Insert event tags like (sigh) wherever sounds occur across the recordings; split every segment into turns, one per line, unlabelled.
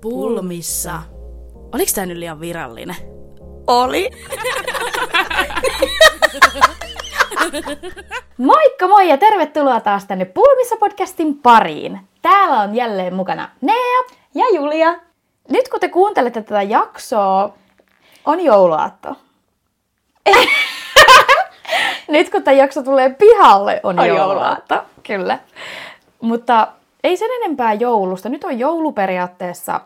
Pulmissa. Oliks tää nyt liian virallinen?
Oli.
(laughs) Moikka moi ja tervetuloa taas tänne Pulmissa-podcastin pariin. Täällä on jälleen mukana Nea.
Ja Julia.
Nyt kun te kuuntelette tätä jaksoa, on jouluaatto. (laughs) Ei. Nyt kun tämä jakso tulee pihalle, on,
On
jouluaatto. Kyllä. Mutta ei sen enempää joulusta. Nyt on joulu periaatteessa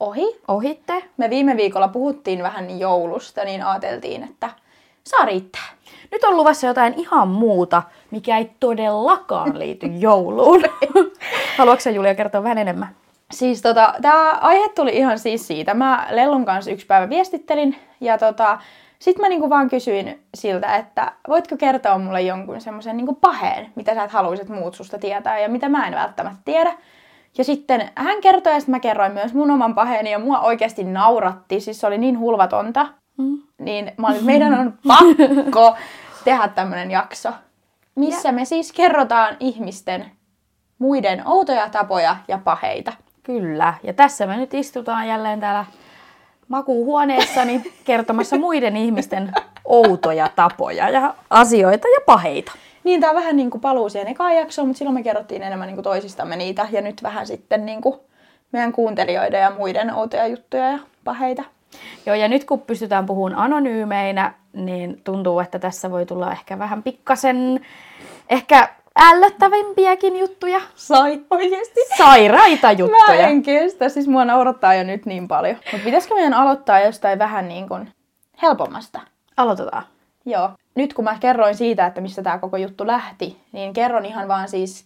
Ohi.
ohitte.
Me viime viikolla puhuttiin vähän joulusta, niin ajateltiin, että saa riittää.
Nyt on luvassa jotain ihan muuta, mikä ei todellakaan liity (laughs) jouluun. Haluatko sä, Julia kertoa vähän enemmän?
Siis tota, tämä aihe tuli ihan siis siitä. Mä Lellun kanssa yksi päivä viestittelin ja tota, sit mä niinku vaan kysyin siltä, että voitko kertoa mulle jonkun semmoisen niinku paheen, mitä sä et haluaisit muut susta tietää ja mitä mä en välttämättä tiedä. Ja sitten hän kertoi ja sitten mä kerroin myös mun oman paheeni ja mua oikeasti nauratti, siis se oli niin hulvatonta. Mm. Niin mä olin, meidän on pakko tehdä tämmönen jakso, missä me siis kerrotaan ihmisten muiden outoja tapoja ja paheita.
Kyllä, ja tässä me nyt istutaan jälleen täällä makuuhuoneessani kertomassa muiden ihmisten outoja tapoja ja asioita ja paheita.
Niin, tämä on vähän niin kuin paluu siihen ekaan jaksoon, mutta silloin me kerrottiin enemmän niin kuin toisistamme niitä. Ja nyt vähän sitten niin kuin meidän kuuntelijoiden ja muiden outoja juttuja ja paheita.
Joo, ja nyt kun pystytään puhumaan anonyymeinä, niin tuntuu, että tässä voi tulla ehkä vähän pikkasen, ehkä ällöttävimpiäkin juttuja.
Sai oikeasti.
Sairaita
Mä
juttuja.
en kestä, siis mua naurattaa jo nyt niin paljon. Mutta pitäisikö meidän aloittaa jostain vähän niin kuin helpommasta?
Aloitetaan.
Joo. Nyt kun mä kerroin siitä, että mistä tämä koko juttu lähti, niin kerron ihan vaan siis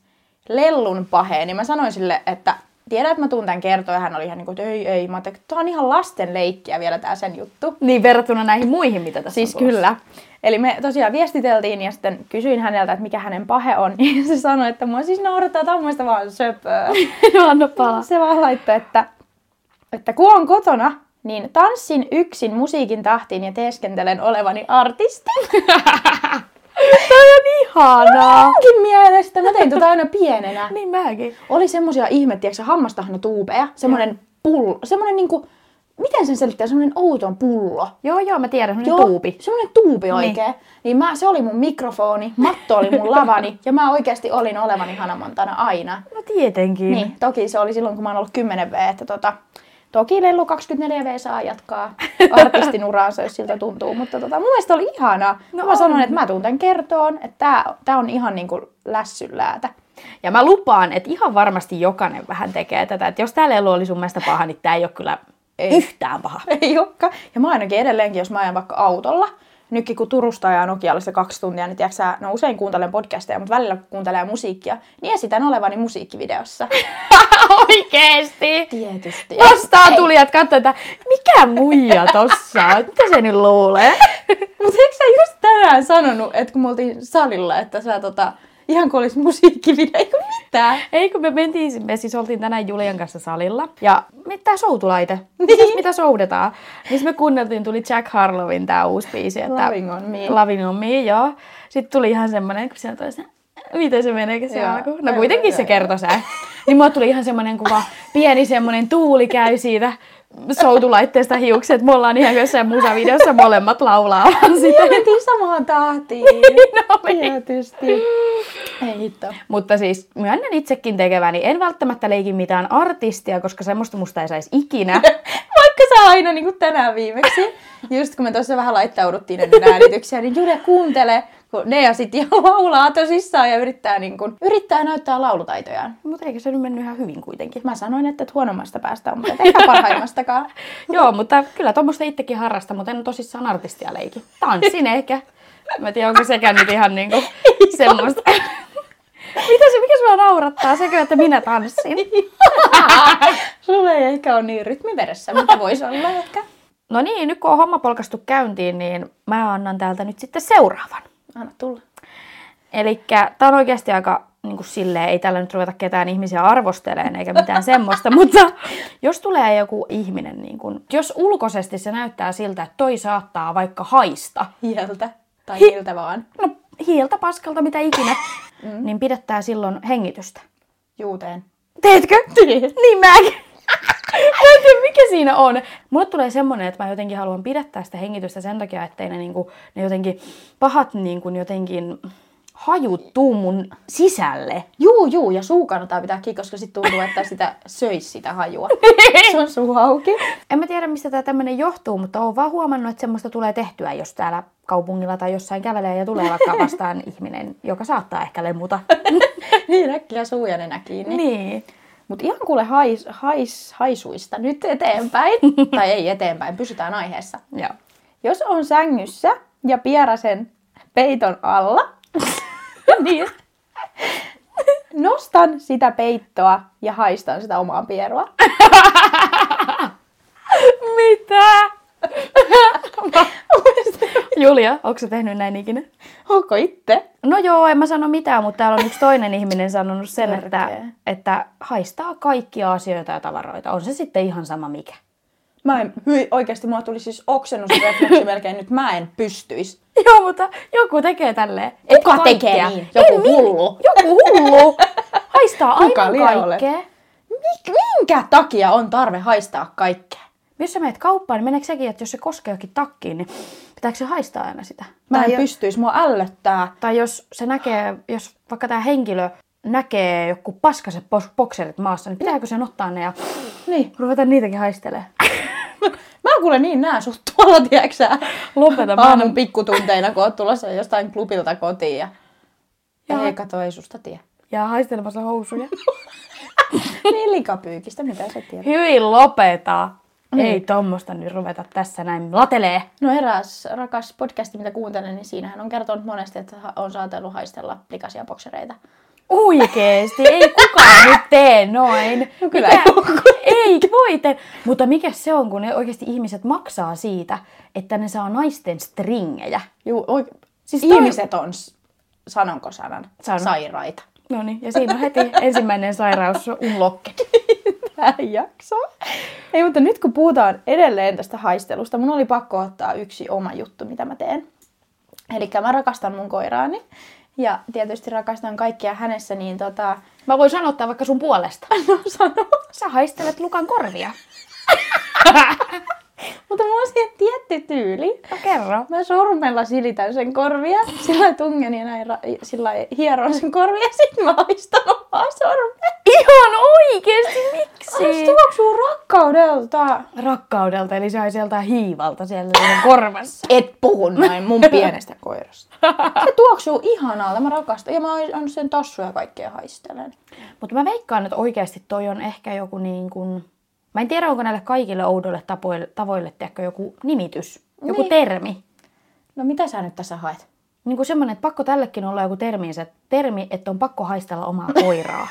lellun paheen. Niin mä sanoin sille, että tiedät, että mä tuun tämän kertoa. Ja hän oli ihan niin kuin, että ei, ei. Mä ajattelin, että tää on ihan lasten leikkiä vielä tää sen juttu.
Niin verrattuna näihin muihin, mitä tässä
Siis
on tulossa.
kyllä. Eli me tosiaan viestiteltiin ja sitten kysyin häneltä, että mikä hänen pahe on. (laughs) Niin se sanoi, että mua siis naurattaa tämmöistä vaan söpöä.
(laughs) no, anna palaa.
se vaan laittoi, että, että kun on kotona, niin tanssin yksin musiikin tahtiin ja teeskentelen olevani artisti.
Toi on ihanaa.
Munkin mielestä mä tein tota aina pienenä.
niin mäkin.
Oli semmosia ihme, tiedätkö, hammastahan tuupeja. Semmonen pullo, semmonen niinku, miten sen selittää, semmonen outon pullo.
Joo, joo, mä tiedän, semmonen tuupi.
Semmoinen tuupi oikein. Niin, niin mä, se oli mun mikrofoni, matto oli mun lavani ja mä oikeasti olin olevani Hannah Montana aina.
No tietenkin.
Niin, toki se oli silloin, kun mä oon ollut 10 V, että tota, toki Lellu 24 V saa jatkaa artistin uraansa, jos siltä tuntuu, mutta tota, mun mielestä oli ihanaa. No mä
on.
sanoin, että mä tuun tän kertoon, että tää, tää on ihan niinku lässyläätä.
Ja mä lupaan, että ihan varmasti jokainen vähän tekee tätä. Että jos tää lelu oli sun mielestä paha, niin tää ei ole kyllä ei. yhtään paha.
Ei olekaan. Ja mä ainakin edelleenkin, jos mä ajan vaikka autolla, nytkin kun Turusta ajaa Nokialle se kaksi tuntia, niin tiedätkö, sä, no usein kuuntelen podcasteja, mutta välillä kun kuuntelee musiikkia, niin esitän olevani musiikkivideossa.
(laughs) Oikeesti!
(laughs) Tietysti.
Vastaan tuli, että katsoi, että mikä muija tossa on? Mitä se nyt luulee? (laughs)
Mutta eikö sä just tänään sanonut, että kun me oltiin salilla, että sä tota, ihan kuin olisi musiikkivideo, eikö mitään?
Ei kun me mentiin, me siis oltiin tänään Julian kanssa salilla. Ja mitä soutulaite? Niin. Siis mitä soudetaan? Niin me kuunneltiin, tuli Jack Harlowin tää uusi biisi. Että
Loving on me.
Loving on me, joo. Sitten tuli ihan semmonen, kun siinä toisena, miten se meneekö se
Joo.
alku? No
Joo,
kuitenkin
joo,
se
joo.
kertoi sen. Niin mulla tuli ihan semmonen kuva, pieni semmonen tuuli käy siitä soutulaitteesta hiukset. Me ollaan ihan kuin jossain musavideossa molemmat laulaa vaan sitä.
Ja mentiin samaan (laughs) tahtiin.
No niin.
Tietysti. Ei hitto.
Mutta siis myönnän itsekin tekeväni. En välttämättä leiki mitään artistia, koska semmoista musta ei saisi ikinä.
(laughs) Vaikka sä aina niin kuin tänään viimeksi, just kun me tuossa vähän laittauduttiin ennen äänityksiä, niin Julia kuuntele, kun ne ja sitten ihan (laughs) laulaa tosissaan ja yrittää, niin kuin, yrittää näyttää laulutaitojaan.
Mutta eikö se nyt mennyt ihan hyvin kuitenkin?
Mä sanoin, että et huonommasta päästä on, mutta et ehkä (laughs) parhaimmastakaan.
Joo, mutta kyllä tuommoista itsekin harrasta, mutta en ole tosissaan artistia leiki. Tanssin ehkä. Mä en tiedä, onko sekään nyt ihan niinku semmoista. (laughs) Mitä se, mikä sua naurattaa? Sekö, että minä tanssin?
Sulla ei ehkä ole niin rytmi veressä, mutta voisi olla ehkä.
No niin, nyt kun on homma polkastu käyntiin, niin mä annan täältä nyt sitten seuraavan.
Anna tulla.
Eli tämä on oikeasti aika niin kuin silleen, ei tällä nyt ruveta ketään ihmisiä arvosteleen eikä mitään semmoista, (laughs) mutta jos tulee joku ihminen, niin kuin, jos ulkoisesti se näyttää siltä, että toi saattaa vaikka haista,
Hieltä. Tai hieltä vaan.
no hiiltä, paskalta, mitä ikinä, niin pidättää silloin hengitystä.
Juuteen.
Teetkö? Niin mäkin. (laughs) Mä en tiedä, mikä siinä on. Mulle tulee semmoinen, että mä jotenkin haluan pidättää sitä hengitystä sen takia, ettei ne, niinku, ne jotenkin pahat niinku, jotenkin hajut tuu mun sisälle.
Juu, juu, ja suu kannattaa pitää kiinni, koska sitten tuntuu, että sitä söis sitä (laughs) hajua. Se on suu auki.
En mä tiedä, mistä tämä tämmöinen johtuu, mutta oon vaan huomannut, että semmoista tulee tehtyä, jos täällä kaupungilla tai jossain kävelee ja tulee vaikka vastaan ihminen, joka saattaa ehkä lemuta.
Niin äkkiä suu ja nenä kiinni.
niin.
Mutta ihan kuule hais, hais, haisuista nyt eteenpäin. tai ei eteenpäin, pysytään aiheessa.
Joo.
Jos on sängyssä ja pierasen peiton alla, niin nostan sitä peittoa ja haistan sitä omaa pierua.
(laughs) Mitä? Julia, onko sä tehnyt näin ikinä?
Onko itse?
No joo, en mä sano mitään, mutta täällä on yksi toinen ihminen sanonut sen, että,
Törkeä.
että haistaa kaikkia asioita ja tavaroita. On se sitten ihan sama mikä. (laughs)
Mä en, hyi, oikeasti mulla tuli siis oksennusrefleksi melkein nyt, mä en pystyis.
Joo, mutta joku tekee tälleen.
Kuka tekee niin? Joku
min-
hullu.
Joku hullu. Haistaa
Kuka
aina
liä olet?
kaikkea.
Mik, minkä takia on tarve haistaa kaikkea?
Jos sä menet kauppaan, niin meneekö sekin, että jos se koskee jokin takkiin, niin pitääkö se haistaa aina sitä?
Mä
tai,
en pystyis, mua ällöttää.
tai jos se näkee, jos vaikka tämä henkilö näkee joku paskaset pos- bokserit maassa, niin pitääkö sen ottaa ne ja
Niin.
ruveta niitäkin haistelemaan?
Mä kuule niin näen sut tuolla, tiiäksä.
Lopeta, mä en-
Aamun pikkutunteina, kun oot tulossa jostain klubilta kotiin ja...
Jaa.
ja... Ei, kato, ei susta tie.
Ja haistelemassa housuja.
niin likapyykistä, mitä sä tiedät.
Hyi lopeta! Ei tommosta nyt ruveta tässä näin latelee.
No eräs rakas podcasti, mitä kuuntelen, niin siinähän on kertonut monesti, että ha- on saatellut haistella likaisia boksereita.
Oikeesti, ei (laughs) kukaan nyt tee noin.
No kyllä
Mikä-
ei kukaan.
ei voi te- Mutta mikä se on, kun ne oikeasti ihmiset maksaa siitä, että ne saa naisten stringejä.
Juu, oi, siis
toi-
ihmiset on, s- sanonko sanan,
Sano.
sairaita.
No niin, ja siinä on heti ensimmäinen sairaus unlocked.
Tähän jaksoon. Ei, mutta nyt kun puhutaan edelleen tästä haistelusta, mun oli pakko ottaa yksi oma juttu, mitä mä teen. Eli mä rakastan mun koiraani ja tietysti rakastan kaikkia hänessä, niin tota...
Mä voin sanoa tää vaikka sun (laughs) puolesta.
No sano.
Sä haistelet Lukan korvia.
Mutta mulla on siihen tietty tyyli.
No kerro.
Mä sormella silitän sen korvia, sillä tungen ja näin ra- sillä hieron sen korvia, ja sit mä haistan omaa sormea.
Ihan oikeesti, miksi?
Se tuoksuu rakkaudelta.
Rakkaudelta, eli sai sieltä hiivalta siellä korvassa.
Et puhu noin (laughs) mun pienestä koirasta. Se tuoksuu ihanalta, mä rakastan. Ja mä on sen tassuja ja kaikkea haistelen.
Mutta mä veikkaan, että oikeasti toi on ehkä joku niin kuin... Mä en tiedä, onko näille kaikille oudolle tapoille, tavoille tiedätkö, joku nimitys, joku
Niin.
termi.
No mitä sä nyt tässä haet?
Niin kuin semmoinen, että pakko tällekin olla joku termi, se termi, että on pakko haistella omaa koiraa.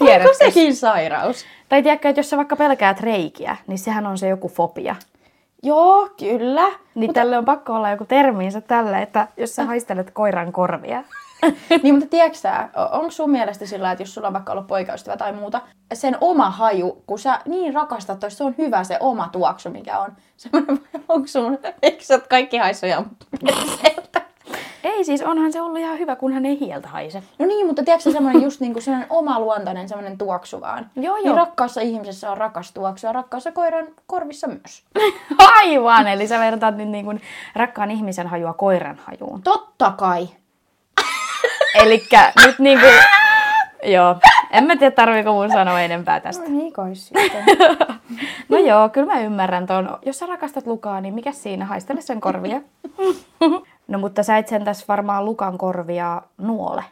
Onko sekin sairaus?
tai tiedätkö, että jos sä vaikka pelkäät reikiä, niin sehän on se joku fobia.
Joo, kyllä. (laughs)
Niin Mutta... tälle on pakko olla joku termiinsä tälle, että jos sä haistelet koiran korvia.
niin, mutta tiedätkö sä, onko sun mielestä sillä, että jos sulla on vaikka ollut poikaystävä tai muuta, sen oma haju, kun sä niin rakastat toista, se on hyvä se oma tuoksu, mikä on. (laughs) Semmoinen, onko sun, eikö sä oot kaikki haisuja
Ei siis, onhan se ollut ihan hyvä, kunhan ei hieltä haise.
No niin, mutta tiedätkö sä, semmoinen just niinku semmoinen omaluontainen semmoinen tuoksu vaan.
Joo, joo.
Niin rakkaassa ihmisessä on rakas tuoksu ja rakkaassa koiran korvissa myös.
(laughs) Aivan, eli sä vertaat nyt niin kuin rakkaan ihmisen hajua koiran hajuun.
Totta kai.
Eli nyt niin kuin... Joo, en mä tiedä tarviiko mun sanoa enempää tästä.
niin kai sitten.
No joo, kyllä mä ymmärrän ton. Jos sä rakastat Lukaa, niin mikä siinä? Haistele sen korvia. No mutta sä et sen tässä varmaan Lukan korvia nuole.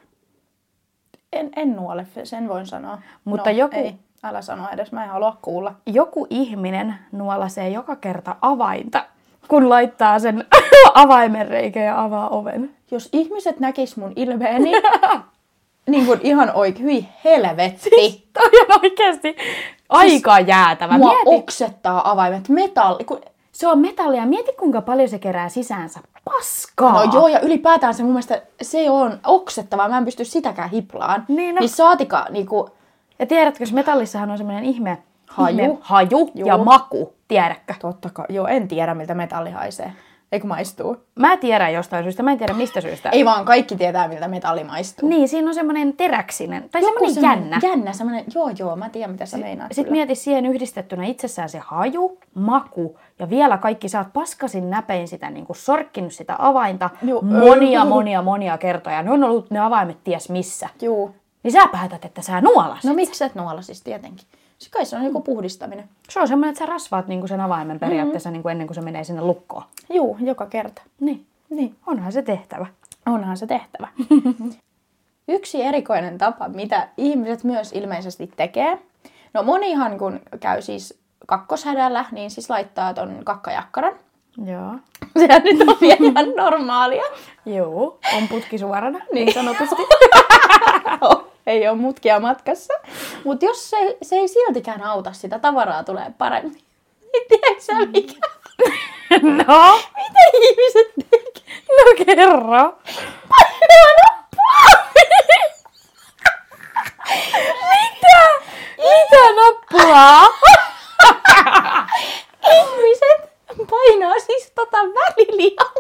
(laughs) en, en nuole, sen voin sanoa. No,
Mutta joku-
Ei, älä sano edes, mä en halua kuulla.
Joku ihminen nuolasee joka kerta avainta, kun laittaa sen (laughs) avaimen reikä ja avaa oven.
Jos ihmiset näkis mun (laughs) ilmeeni, niin kuin ihan oikein, hyi helvetti.
Toi on oikeasti aika jäätävä.
Mua
Mieti-
oksettaa avaimet, metalli. Kun...
Se on metallia. Mieti, kuinka paljon se kerää sisäänsä paskaa.
No joo, ja ylipäätään se mun mielestä, se on oksettavaa, mä en pysty sitäkään hiplaan.
Niin, no.
niin saatika, niinku,
Ja tiedätkö, jos metallissahan on semmoinen ihme
Haju.
ihme haju
Juu.
ja maku, tiedätkö?
Totta kai. Joo, en tiedä miltä metalli haisee. Eikö maistuu?
Mä tiedän jostain syystä, mä en tiedä mistä syystä.
Ei vaan, kaikki tietää, miltä metalli maistuu.
Niin, siinä on semmoinen teräksinen, tai
Joku
semmoinen
semmonen-
jännä.
Jännä, semmoinen, joo joo, mä tiedän mitä sä meinaat.
Sitten
kyllä.
mieti siihen yhdistettynä itsessään se haju, maku ja vielä kaikki sä oot paskasin näpein sitä niin kuin sorkkinut sitä avainta
Joo,
monia,
öö.
monia, monia kertoja. Ne on ollut ne avaimet ties missä.
Juu.
Niin sä päätät, että sä nuolasit.
No miksi et nuola siis tietenkin? Se kai se on joku puhdistaminen.
Se on semmoinen, että sä rasvaat niin kuin sen avaimen periaatteessa niin kuin ennen kuin se menee sinne lukkoon.
Juu, joka kerta.
Niin.
Niin.
Onhan se tehtävä.
Onhan se (laughs) tehtävä. Yksi erikoinen tapa, mitä ihmiset myös ilmeisesti tekee. No monihan kun käy siis kakkoshädällä, niin siis laittaa ton kakkajakkaran. (laughs)
Joo.
Sehän nyt on vielä ihan normaalia.
Joo, on putki suorana.
Niin sanotusti. (laughs) No, ei ole mutkia matkassa. Mutta jos se, se ei siltikään auta, sitä tavaraa tulee paremmin. Niin tiedätkö sä mikä?
(laughs) No,
Mitä ihmiset tekee? (laughs)
no kerro.
Mitä?
Mitä (laughs) nappulaa?
Ihmiset painaa siis tota välilihaa.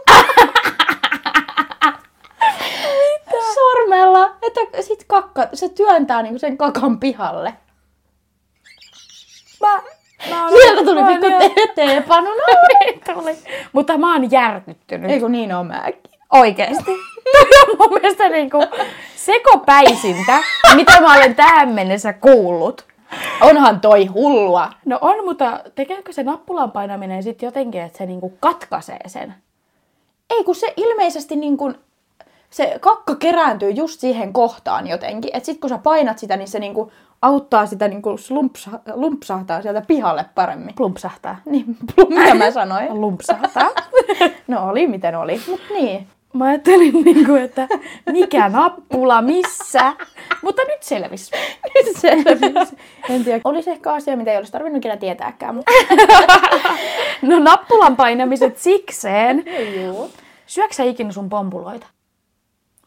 Sormella, että sit kakka, se työntää niinku sen kakan pihalle.
Mä, mä olen-
Sieltä tuli
mä olen
pikku
ihan-
te- teepanu
niin, no, Tuli. Mutta mä oon järkyttynyt.
Ei kun niin on mäkin.
Oikeesti. (laughs) Toi on mun mielestä niinku sekopäisintä, mitä mä olen tähän mennessä kuullut.
Onhan toi hullua.
No on, mutta tekeekö se nappulan painaminen sitten jotenkin, että se niinku katkaisee sen?
Ei kun se ilmeisesti niin kun, se kakka kerääntyy just siihen kohtaan jotenkin. Että sit kun sä painat sitä, niin se niin kun, auttaa sitä niin kun, slumpsa, lumpsahtaa sieltä pihalle paremmin.
Plumpsahtaa.
Niin, (laughs) mitä mä sanoin?
(laughs) Lumpsahtaa.
No oli miten oli, mut niin.
Mä ajattelin, niinku, että mikä nappula, missä? Mutta nyt selvis.
Nyt selvisi. En tiedä, olisi ehkä asia, mitä ei olisi tarvinnut ikinä tietääkään, mutta
No nappulan painamiset sikseen.
Juu.
Syöksä ikinä sun pompuloita?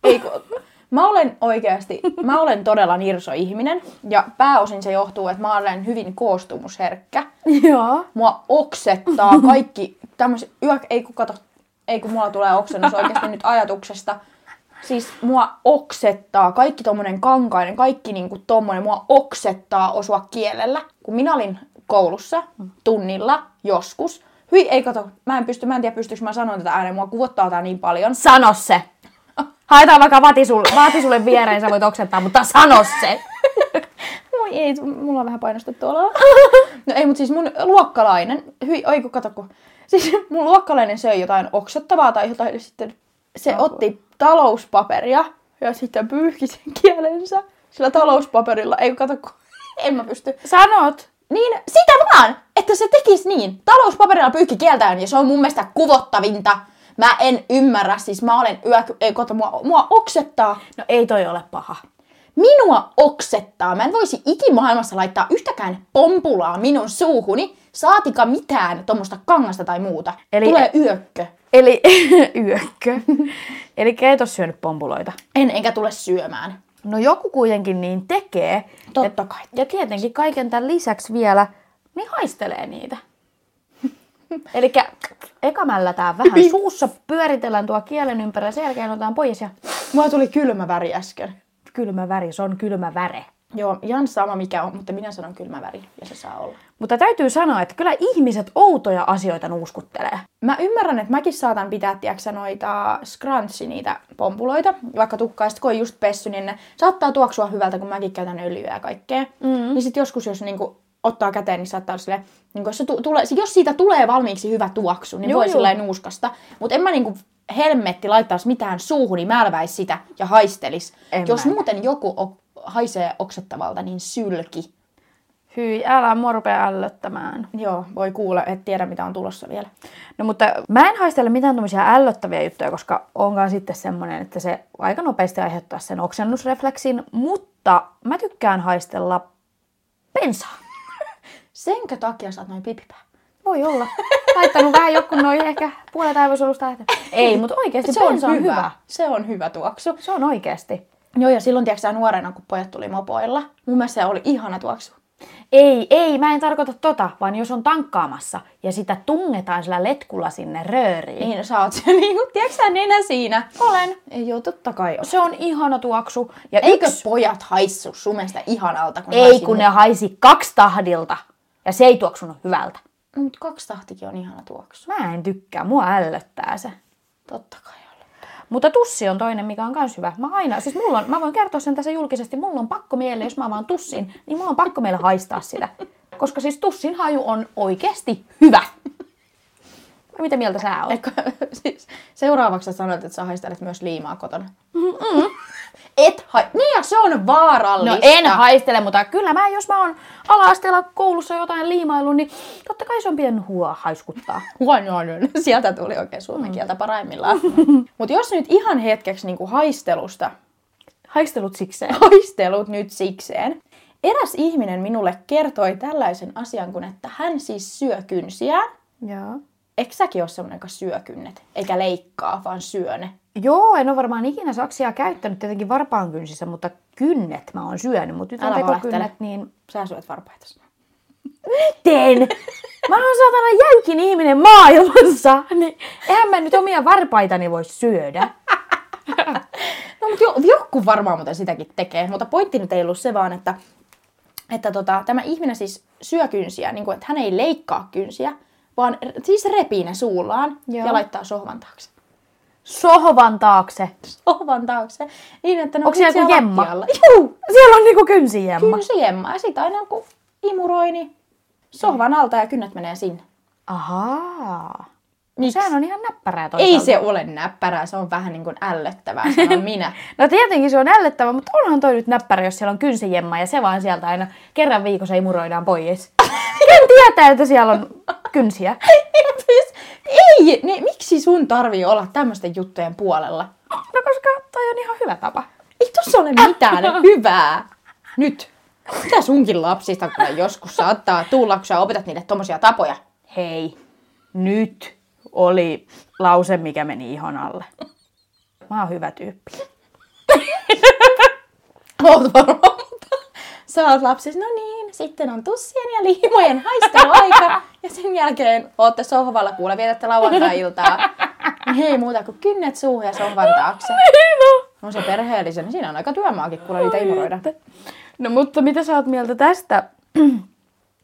Ei, kun- mä olen oikeasti, mä olen todella nirso ihminen ja pääosin se johtuu, että mä olen hyvin koostumusherkkä.
Joo.
Mua oksettaa kaikki tämmöiset, yö, ei kun kato, ei kun mulla tulee oksennus oikeasti nyt ajatuksesta. Siis mua oksettaa kaikki tommonen kankainen, kaikki niinku tommonen, mua oksettaa osua kielellä. Kun minä olin koulussa, tunnilla, joskus, hyi ei kato, mä en pysty, mä en tiedä pystyykö mä sanoa tätä ääneen, mua kuvottaa tää niin paljon.
Sano se. Haetaan vaikka vati sulle, vaati sulle viereen, sä voit oksentaa, mutta sano se.
Moi ei, mulla on vähän painostettu oloa. No ei, mutta siis mun luokkalainen, hyi, oi kun kato kun, siis mun luokkalainen söi jotain oksettavaa tai jotain, ja sitten se otti talouspaperia ja sitten pyyhki sen kielensä sillä talouspaperilla. Ei kun kato kun, (laughs) en mä pysty.
Sanot.
Niin, sitä vaan, että se tekisi niin. Talouspaperilla pyyhki kieltään ja se on mun mielestä kuvottavinta. Mä en ymmärrä, siis mä olen yö, ei kato, mua, mua oksettaa.
No ei toi ole paha.
Minua oksettaa. Mä en voisi ikimaailmassa laittaa yhtäkään pompulaa minun suuhuni, saatika mitään tuommoista kangasta tai muuta.
Eli-
Eli e- Tulee yökkö.
Eli (laughs) yökkö. Eli et ole syönyt pompuloita.
En enkä tule syömään.
No joku kuitenkin niin tekee.
Totta
ja,
kai.
Ja tietenkin kaiken tämän lisäksi vielä, niin haistelee niitä. (laughs) Eli eka mällätään vähän suussa, pyöritellään tuo kielen ympärillä, sen jälkeen otetaan pois ja
Mulla tuli kylmä väri äsken.
kylmä väri, se on kylmä väre.
Joo, ihan sama mikä on, mutta minä sanon kylmä väri ja se saa olla.
Mutta täytyy sanoa, että kyllä ihmiset outoja asioita nuuskuttelee.
Mä ymmärrän, että mäkin saatan pitää, tiedäksä, noita scrunchi niitä pompuloita, vaikka tukkaista, kun on just pessy, niin ne saattaa tuoksua hyvältä, kun mäkin käytän öljyä ja kaikkea. Mm-hmm. Niin sit joskus, jos niinku ottaa käteen, niin saattaa olla sille, niinku, jos, se tu- tulee, jos siitä tulee valmiiksi hyvä tuoksu, niin
Juu,
Joo, voi
juu.
sillä nuuskasta. Mutta en mä niinku helmetti laittaisi mitään suuhun, niin mälväis sitä ja haistelis.
En
jos
mä.
muuten joku o- haisee oksettavalta, niin sylki.
Hyi, älä mua rupea ällöttämään.
Joo, voi kuulla, et tiedä mitä on tulossa vielä.
No mutta mä en haistele mitään tämmöisiä ällöttäviä juttuja, koska onkaan sitten semmoinen, että se aika nopeasti aiheuttaa sen oksennusrefleksin, mutta mä tykkään haistella pensaa.
Senkö takia sä oot noin pipipää?
Voi olla. Laittanut vähän joku noin ehkä puolet aivosolusta lähtee. Ei, mutta oikeasti
se on,
pensa
hyvä. hyvä. Se on hyvä tuoksu.
Se on oikeasti.
Joo, ja silloin, tiedätkö sä, nuorena, kun pojat tuli mopoilla, mun mielestä se oli ihana tuoksu.
Ei, ei, mä en tarkoita tota, vaan jos on tankkaamassa ja sitä tungetaan sillä letkulla sinne rööriin.
Niin, sä oot (laughs) se niinku, tiedätkö sä nenä siinä? Olen. Ei joo, totta kai on.
Se on ihana tuoksu. Ja
Eikö
yksi,
pojat haissu sun mielestä ihanalta? Kun
ei kun ne haisi kaksi tahdilta ja se ei tuoksunut hyvältä.
No, mut kaksi tahtikin on ihana tuoksu.
Mä en tykkää, mua ällöttää se.
Totta kai on. (laughs)
Mutta tussi on toinen, mikä on myös hyvä. Mä aina, siis mulla on, mä voin kertoa sen tässä julkisesti, mulla on pakko miele, jos mä vaan tussin, niin mulla on pakko miele haistaa sitä. Koska siis tussin haju on oikeasti hyvä. Mitä mieltä sä oot?
Eikö, siis, seuraavaksi sä sanoit, että sä haistelet myös liimaa kotona. Et hai... Niin ja se on vaarallista.
No en haistele, mutta kyllä mä, jos mä oon ala-asteella koulussa jotain liimaillut, niin totta kai se on pitänyt hua haiskuttaa.
Huonoinen. Sieltä tuli oikein suomen kieltä (laughs) paraimmillaan. Mutta jos nyt ihan hetkeksi niinku haistelusta,
Haistelut sikseen.
haistelut nyt sikseen. Eräs ihminen minulle kertoi tällaisen asian kuin, että hän siis syö kynsiään.
Joo.
Eikö säkin ole semmoinen, joka syö kynnet? Eikä leikkaa, vaan syö ne.
Joo, en ole varmaan ikinä saksia käyttänyt tietenkin varpaan kynsissä, mutta kynnet mä oon syönyt. Mutta nyt on
Älä
tekokynnet,
valehtele.
niin
Sä syöt varpaita.
miten? Mä oon saatana jäykin ihminen maailmassa, niin eihän mä nyt omia varpaitani voi syödä.
No, mutta jo, joku varmaan muuten sitäkin tekee. Mutta pointti nyt ei ollut se vaan, että, että tota, tämä ihminen siis syö kynsiä, niin kuin, että hän ei leikkaa kynsiä, vaan r- siis repii ne suullaan
Joo.
ja laittaa sohvan taakse.
Sohvan taakse.
Sohvan taakse. Niin, että ne
Onko siellä joku jemma?
Juu,
Siellä on niinku kynsijemma.
kynsi jemma. Ja sit aina kun imuroi, niin sohvan alta ja kynnet menee sinne. No
Ahaa.
Miksi?
Sehän on ihan näppärää toisaalta.
Ei se ole näppärää, se on vähän niin kuin ällöttävää, sanon (laughs) minä.
No tietenkin se on ällöttävä, mutta onhan toi nyt näppärä, jos siellä on kynsijemma ja se vaan sieltä aina kerran viikossa imuroidaan (laughs) pois. Ken tietää, että siellä on kynsiä?
Siis, ei, niin miksi sun tarvii olla tämmöisten juttujen puolella?
No koska toi on ihan hyvä tapa.
Ei tossa ole (laughs) mitään hyvää. Nyt. Mitä sunkin lapsista kyllä joskus saattaa tulla, kun sä opetat niille tommosia tapoja?
Hei, nyt oli lause, mikä meni ihon alle. Mä oon hyvä tyyppi.
Oot varmaan, mutta sä oot lapsissa, no niin, sitten on tussien ja liimojen haisteluaika. Ja sen jälkeen ootte sohvalla, kuule vietätte lauantai-iltaa. Niin Ei muuta kuin kynnet suuhun ja sohvan taakse.
No.
On se perheellisen, niin siinä on aika työmaakin, kuule niitä imuroida.
no mutta mitä sä oot mieltä (clears throat) tästä?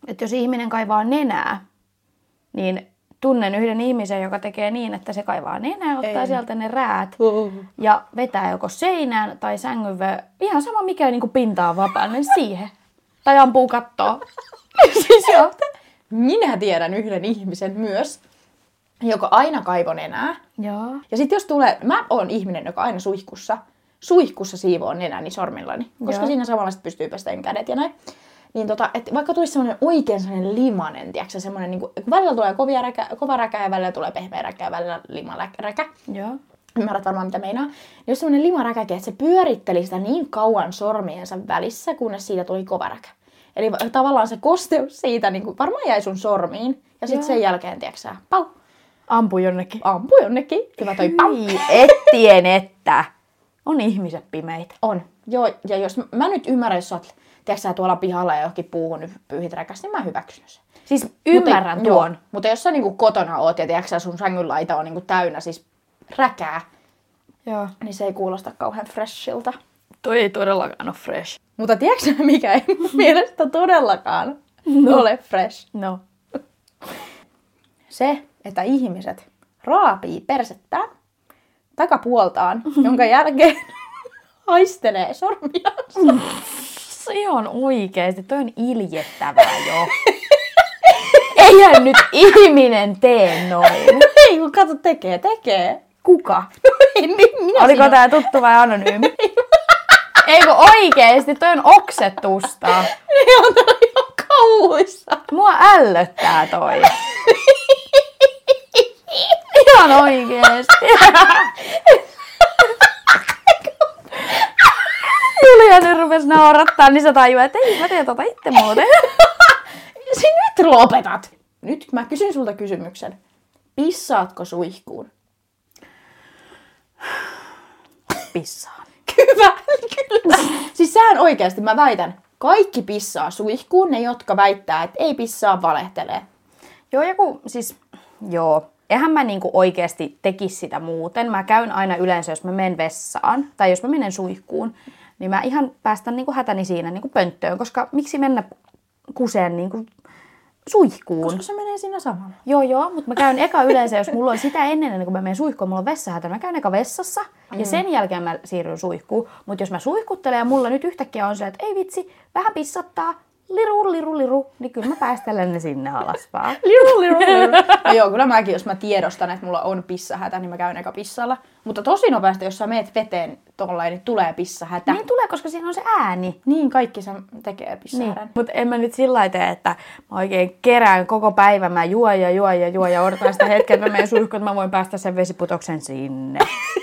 että jos ihminen kaivaa nenää, niin tunnen yhden ihmisen, joka tekee niin, että se kaivaa nenää, ottaa
Ei.
sieltä ne räät ja vetää joko seinään tai sängyn vö- ihan sama mikä niin kuin pinta on vapaana, niin siihen. Tai ampuu kattoa. siis joo.
Minä tiedän yhden ihmisen myös, joka aina kaivon enää.
(laughs) joo.
Ja sitten jos tulee, mä oon ihminen, joka aina suihkussa, suihkussa siivoon nenäni sormillani, koska
Joo.
Joo. siinä samalla sit pystyy pestämään kädet ja näin. Niin tota, et vaikka tulisi semmoinen oikein semmoinen limanen, tiiäksä, semmoinen niinku, kun välillä tulee kovia räkä, kova räkä ja välillä tulee pehmeä räkä ja välillä lima lä- räkä,
Joo.
ymmärrät varmaan mitä meinaa, niin jos semmoinen limaräkäkin, että se pyöritteli sitä niin kauan sormiensa välissä, kunnes siitä tuli kova räkä. Eli va- tavallaan se kosteus siitä niin kuin varmaan jäi sun sormiin, ja
Joo.
sitten sen jälkeen, tiiäksä, pau,
Ampuu jonnekin.
ampu jonnekin, hyvä toi pau.
Hyi, ettien että. On ihmiset pimeitä.
On. Joo, ja jos m- mä nyt ymmärrän, jos sä oot, tiedätkö, sä tuolla pihalla ja johonkin puuhun nyt pyyhit räkäs, niin mä hyväksyn sen.
Siis ymmärrän
Mutta-
tuon.
Joo, mutta jos sä niinku kotona oot ja tiedätkö, sä, sun sängyn laita on niinku täynnä siis räkää,
Joo.
niin se ei kuulosta kauhean freshiltä.
Toi ei todellakaan ole fresh.
Mutta tiedätkö sä, mikä ei (laughs) mun mielestä todellakaan no. ole fresh?
No.
Se, että ihmiset raapii persettään (laughs) takapuoltaan, jonka jälkeen haistelee sormia.
Se on oikeesti. Toi on iljettävää jo. (laughs) Eihän nyt ihminen tee noin.
ei kun kato, tekee, tekee.
Kuka?
Ei, mi- minä
Oliko
sinä-
tää tuttu vai
(laughs)
anonyymi? Eikö oikeesti? Toi on oksetusta.
Ne on täällä ihan kauhuissa.
Mua ällöttää toi. Ihan oikeesti. Julia nyt rupes naurattaa, niin se tajuu, että ei mä teen tota itse
(laughs)
muuten.
Sä Siis nyt lopetat. Nyt mä kysyn sulta kysymyksen. Pissaatko suihkuun? (laughs)
Pissaan.
Kyllä, kyllä. Siis sehän oikeasti, mä väitän, Kaikki pissaa suihkuun, ne jotka väittää, että ei pissaa, valehtelee.
Joo, ja kun, siis, joo. Eihän mä niinku oikeasti tekisi sitä muuten. Mä käyn aina yleensä, jos mä menen vessaan tai jos mä menen suihkuun, niin mä ihan päästän niinku hätäni siinä niinku pönttöön, koska miksi mennä kuseen niinku suihkuun?
Koska se menee siinä samalla.
Joo, joo, mutta mä käyn eka yleensä, jos mulla on sitä ennen, ennen kuin mä menen suihkuun, mulla on vessahätä, mä käyn eka vessassa mm. ja sen jälkeen mä siirryn suihkuun. Mutta jos mä suihkuttelen ja mulla nyt yhtäkkiä on se, että ei vitsi, vähän pissattaa, liru, liru, liru, niin kyllä mä päästelen ne sinne alas vaan.
Liru, liru, liru. (laughs) No joo, kyllä mäkin, jos mä tiedostan, että mulla on pissahätä, niin mä käyn eka pissalla. Mutta tosi nopeasti, jos sä meet veteen tollain, niin tulee pissahätä.
Niin tulee, koska siinä on se ääni.
Niin kaikki sen tekee
Niin.
pissahädän.
Mutta en mä nyt sillä lailla tee, että mä oikein kerään koko päivän, mä juon ja juon ja juon ja odotan sitä hetkeä, että mä menen suihkuun, että mä voin päästä sen vesiputoksen sinne.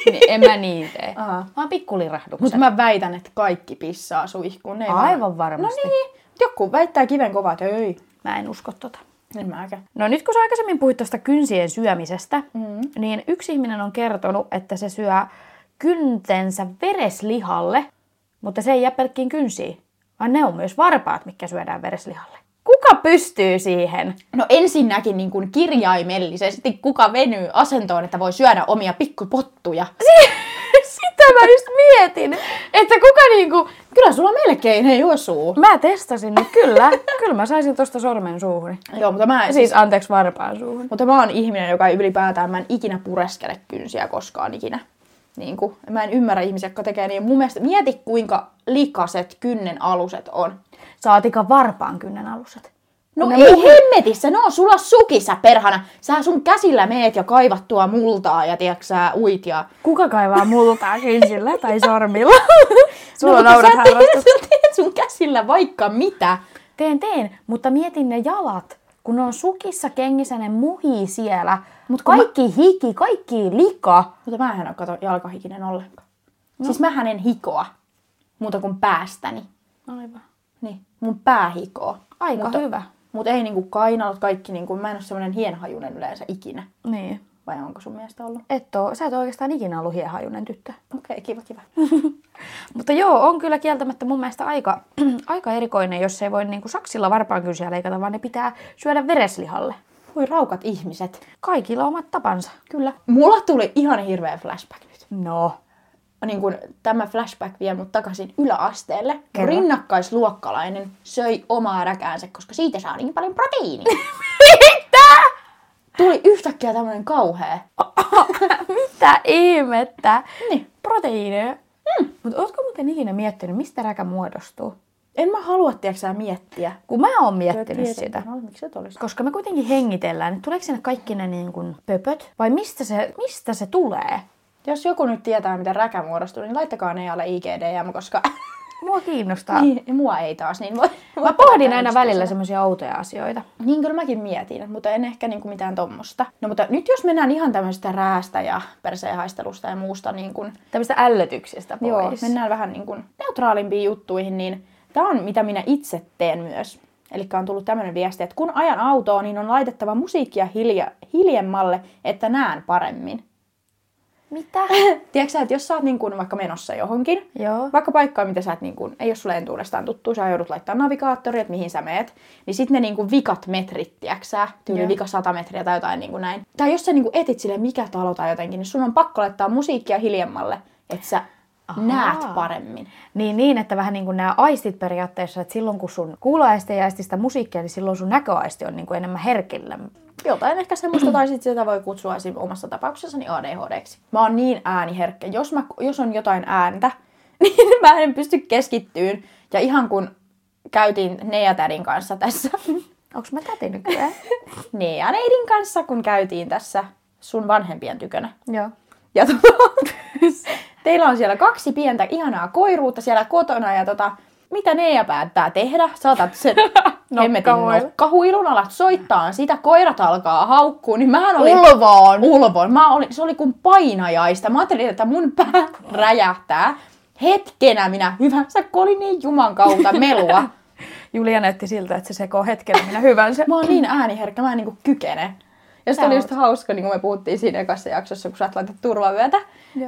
niin en mä niin tee.
Aha.
Vaan pikkulirahdukset.
Mutta mä väitän, että kaikki pissaa suihkuun. Ne ei
Niin. Aivan
vaan- No
varmasti.
niin, joku väittää kiven kovaa, että ei.
Mä en usko tota.
En mäkään.
No nyt kun sä aikaisemmin puhuit tuosta kynsien syömisestä, mm. niin yksi ihminen on kertonut, että se syö kyntensä vereslihalle, mutta se ei jää pelkkiin kynsiin, vaan ne on myös varpaat, mitkä syödään vereslihalle. Kuka pystyy siihen?
No ensinnäkin niin kuin kirjaimellisesti kuka venyy asentoon, että voi syödä omia pikkupottuja.
Sitä mä just mietin, että kuka niinku...
Niin Kyllä sulla melkein ei osuu.
Mä testasin nyt, kyllä. kyllä mä saisin tosta sormen suuhuni.
Joo, mutta mä, siis,
Siis anteeksi varpaan suuhuni.
mutta mä oon ihminen, joka ei ylipäätään, mä en ikinä pureskele kynsiä koskaan ikinä. Niin kuin, mä en ymmärrä ihmisiä, jotka tekee niin. Mun mielestä mieti, kuinka likaset kynnen aluset on.
Saatika varpaan kynnen aluset.
No ei mu- hemmetissä, ne on sulla sukissa, perhana. Sä sun käsillä meet ja kaivattua multaa ja tiedätkö sä No, uit ja...
Kuka kaivaa multaa kynsillä tai sormilla? Sulla no,
no, kun
naurat
sä teet,
harrastus.
sä (laughs) teet sun käsillä vaikka mitä.
Teen, teen, mutta mietin ne jalat. Kun ne on sukissa kengissä, ne muhii siellä. Mut
kun
kaikki hiki, kaikki lika.
Mutta mä en ole kato jalkahikinen ollenkaan. No. Siis mä en hikoa muuta kuin päästäni.
Aivan.
Niin, mun pää hikoo.
Aika
mutta,
hyvä.
Mutta ei niinku kainalot kaikki, niinku, mä en ole semmoinen hienhajunen yleensä ikinä.
Niin.
Vai onko sun mielestä ollut?
Et oo, sä et oo oikeastaan ikinä ollut hiehajunen tyttö.
Okei, okay, kiva kiva.
Mutta joo, on kyllä kieltämättä mun mielestä aika, (clears throat) aika erikoinen, jos ei voi niinku saksilla varpaan kynsiä leikata, vaan ne pitää syödä vereslihalle.
Voi raukat ihmiset.
Kaikilla omat tapansa.
Kyllä. Mulla tuli ihan hirveä flashback nyt.
No.
niin kuin, tämä flashback vie mut takaisin yläasteelle. Mun
Kerro.
Rinnakkaisluokkalainen söi omaa räkäänsä, koska siitä saa niin paljon proteiinia. (laughs)
Mitä?
Tuli yhtäkkiä tämmönen kauhea.
Mitä ihmettä?
Niin.
Proteiineja. Mm. Mutta ootko muuten ikinä miettinyt, mistä räkä muodostuu?
En mä halua, tiedäksä, miettiä.
Kun mä oon miettinyt sitä.
No, miksi et olisi?
Koska me kuitenkin hengitellään, että tuleeko sinne kaikki ne niin kuin pöpöt? Vai mistä se, mistä se tulee?
Jos joku nyt tietää, miten räkä muodostuu, niin laittakaa ne alle
(laughs)
IGDM, koska
Mua kiinnostaa. Niin.
niin, mua ei taas. Niin voi,
Mä pohdin aina välillä semmoisia outoja asioita.
Niin kyllä mäkin mietin, mutta en ehkä niinku mitään tommosta. No mutta nyt jos mennään ihan tämmöisestä räästä ja perseenhaistelusta ja muusta niin kuin
Tämmöistä ällötyksistä pois.
Joo, mennään vähän niin kuin neutraalimpiin juttuihin, niin tämä on mitä minä itse teen myös. Eli on tullut tämmöinen viesti, että kun ajan autoon, niin on laitettava musiikkia hilja, hiljemmalle, että näen paremmin.
(laughs) Mitä?
Tiedätkö sä, että jos sä oot niin kuin vaikka menossa johonkin,
Joo.
vaikka paikkaa, mitä sä et niin kuin, ei ole sulle entuudestaan tuttu, sä joudut laittaa navigaattori, että mihin sä meet, niin sitten ne niin kuin vikat metrit, tiedätkö sä, tyyli
Joo.
vika sata metriä tai jotain niin kuin näin. Tai jos sä niin kuin etit sille mikä talo tai jotenkin, niin sun on pakko laittaa musiikkia hiljemmalle, että sä Ahaa. näet paremmin.
Niin, niin, että vähän niin kuin nämä aistit periaatteessa, että silloin kun sun kuuloaisti ja aisti sitä musiikkia, niin silloin sun näköaisti on niin kuin enemmän herkillä.
Jotain ehkä semmoista, tai sitten sitä voi kutsua esim. omassa tapauksessani ADHDksi. Mä oon niin ääniherkkä. Jos, mä, jos on jotain ääntä, (laughs) niin mä en pysty keskittyyn. Ja ihan kun käytiin Nea Tädin kanssa tässä, (laughs)
Onks mä täti (laughs) nykyään?
Nea Neidin kanssa, kun käytiin tässä sun vanhempien tykönä.
Joo.
Ja tota, (laughs) teillä on siellä kaksi pientä ihanaa koiruutta siellä kotona ja tota, mitä Nea päättää tehdä? Saatat sen hemmetin
Nokkahuilun.
nokkahuilun, alat soittaa sitä, koirat alkaa haukkuu, niin mä olin...
Ulvoon!
Ulvon. Mä olin, se oli kuin painajaista. Mä ajattelin, että mun pää räjähtää. Hetkenä minä, hyvä, sä kun oli niin juman kautta (laughs) melua.
Julia näytti siltä, että se sekoo hetkellä minä hyvänsä.
Mä oon niin ääniherkkä, mä en niinku kykene. Ja
Sä
sitten oli
oot.
just hauska, niin kuin me puhuttiin siinä ekassa jaksossa, kun sä oot laittanut turvavyötä.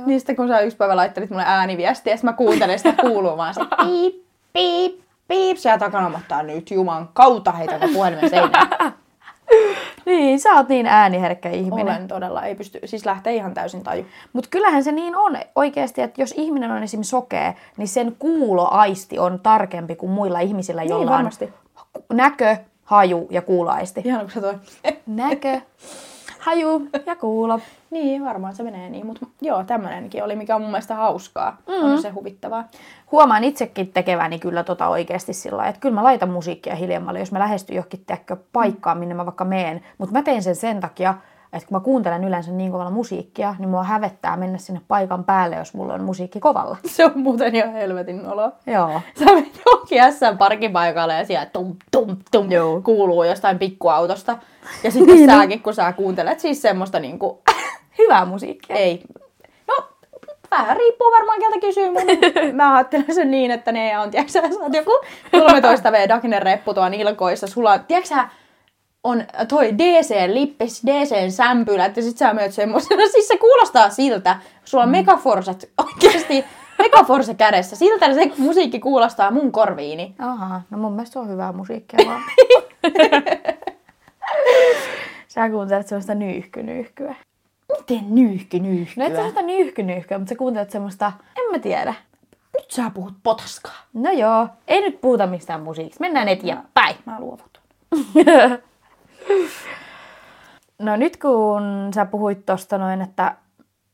Niin sitten kun sä yksi päivä laittelit mulle ääniviestiä, sit mä kuuntelin sitä kuuluu vaan se piip, piip, piips ja takanamattaa nyt, juman kautta heitän tän puhelimen seinään.
(laughs) Niin, sä oot niin ääniherkkä ihminen.
(laughs) Olen todella, ei pysty, siis lähtee ihan täysin taju.
Mutta kyllähän se niin on oikeasti, että jos ihminen on esimerkiksi sokea, niin sen kuuloaisti on tarkempi kuin muilla ihmisillä, joilla on
varmasti.
näkö, haju ja kuuloaisti.
Ihan kun sä toi.
Näkö, haju ja kuulo.
niin, varmaan se menee niin, mutta joo, tämmöinenkin oli, mikä on mun mielestä hauskaa. Mm. On se huvittavaa. (laughs)
Huomaan itsekin tekeväni kyllä tota oikeasti sillä lailla, että kyllä mä laitan musiikkia hiljemmalle, jos mä lähestyn johonkin tiedätkö, paikkaan, minne mä vaikka meen. Mutta mä teen sen sen takia, että kun mä kuuntelen yleensä niin kovalla musiikkia, niin mua hävettää mennä sinne paikan päälle, jos mulla on musiikki kovalla.
Se on muuten ihan helvetin olo.
Joo.
Sä menet johonkin jossain parkkipaikalle ja siellä tum tum tum Joo. Niin. kuuluu jostain pikkuautosta. (laughs) Ja sitten sääkin, kun sä kuuntelet siis semmoista niinku,
Hyvää musiikkia.
ei, no vähän riippuu varmaan keltä kysyy,
(laughs)
mutta mä ajattelen sen niin, että ne on, tiedätkö sä, sä oot joku 13 V Dagner reppu tuon ilkoissa, sulla on, tiedätkä sä, on toi DC-lippis, DC-sämpylät ja sit sä myöt semmosena. Siis se kuulostaa siltä, sulla on
Mm.
megaforset oikeesti, megaforse kädessä. Siltä se musiikki kuulostaa mun korviini.
Ahaa, no mun mielestä se on hyvää musiikkia vaan. Sä kuuntelet semmoista nyyhkynyyhkyä.
Miten nyyhky nyyhkyä?
No et sä semmoista nyyhkynyyhkyä, mutta sä kuuntelet semmoista, en mä tiedä.
Nyt sä puhut potaskaa.
No joo, ei nyt puhuta mistään musiikista, mennään eteenpäin.
Mä luovutun.
No nyt kun sä puhuit tosta noin, että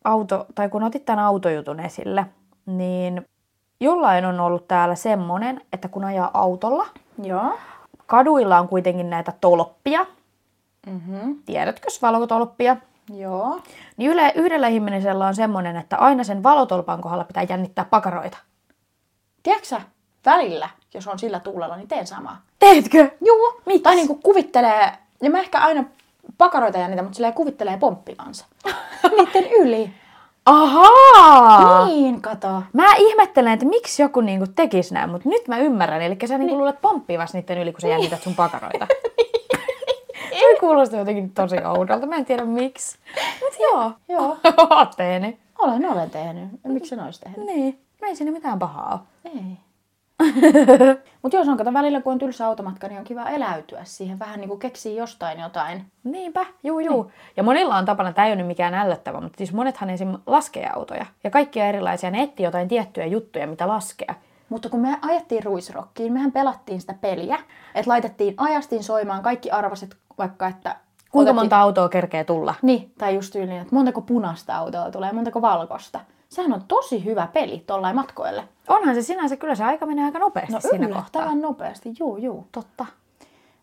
auto, tai kun otit tämän autojutun esille, niin jollain on ollut täällä semmonen, että kun ajaa autolla,
Joo.
kaduilla on kuitenkin näitä tolppia,
Mhm.
tiedätkö valotolppia,
Joo.
niin yle, yhdellä ihmisellä on semmoinen, että aina sen valotolpan kohdalla pitää jännittää pakaroita.
Tiedätkö sä, välillä, jos on sillä tuulella, niin teen samaa.
Teetkö?
Joo. Mites? Tai niinku kuvittelee, ja mä ehkä aina pakaroita ja niitä, mutta silleen kuvittelee (laughs) pomppivansa. Niiden yli.
Ahaa! Niin.
Niin, kato.
Mä ihmettelen, että miksi joku niinku tekisi näin, mutta nyt mä ymmärrän. Eli sä niinku luulet pomppivas niiden yli, kun sä jännität sun (laughs) pakaroita. Se kuulostaa jotenkin tosi oudolta. Mä en tiedä miksi. Mut (laughs) joo.
Joo.
Oot tehnyt.
Olen, olen tehnyt. Miksi en ois tehnyt?
Niin. No ei siinä mitään pahaa ole.
(laughs) Ei. Mutta jos on kato välillä, kun on tylsä automatka, niin on kiva eläytyä siihen. Vähän niinku keksii jostain jotain.
Niinpä, juu juu. Niin. Ja monilla on tapana, tämä ei ole nyt mikään ällöttävä, mutta siis monethan esim. laskee autoja. Ja kaikkia erilaisia, ne etsii jotain tiettyjä juttuja, mitä laskea.
Mutta kun me ajettiin ruisrokkiin, mehän pelattiin sitä peliä. Että laitettiin ajastin soimaan kaikki arvaset vaikka, että...
Kuinka
otettiin-
monta autoa kerkee tulla?
Niin, tai just tyyliin, että montako punaista autoa tulee, montako valkoista. Sehän on tosi hyvä peli tollain matkoille.
Onhan se sinänsä, kyllä se aika menee aika nopeasti
No
siinä kohtaa.
yllättävän nopeasti, juu juu.
Totta.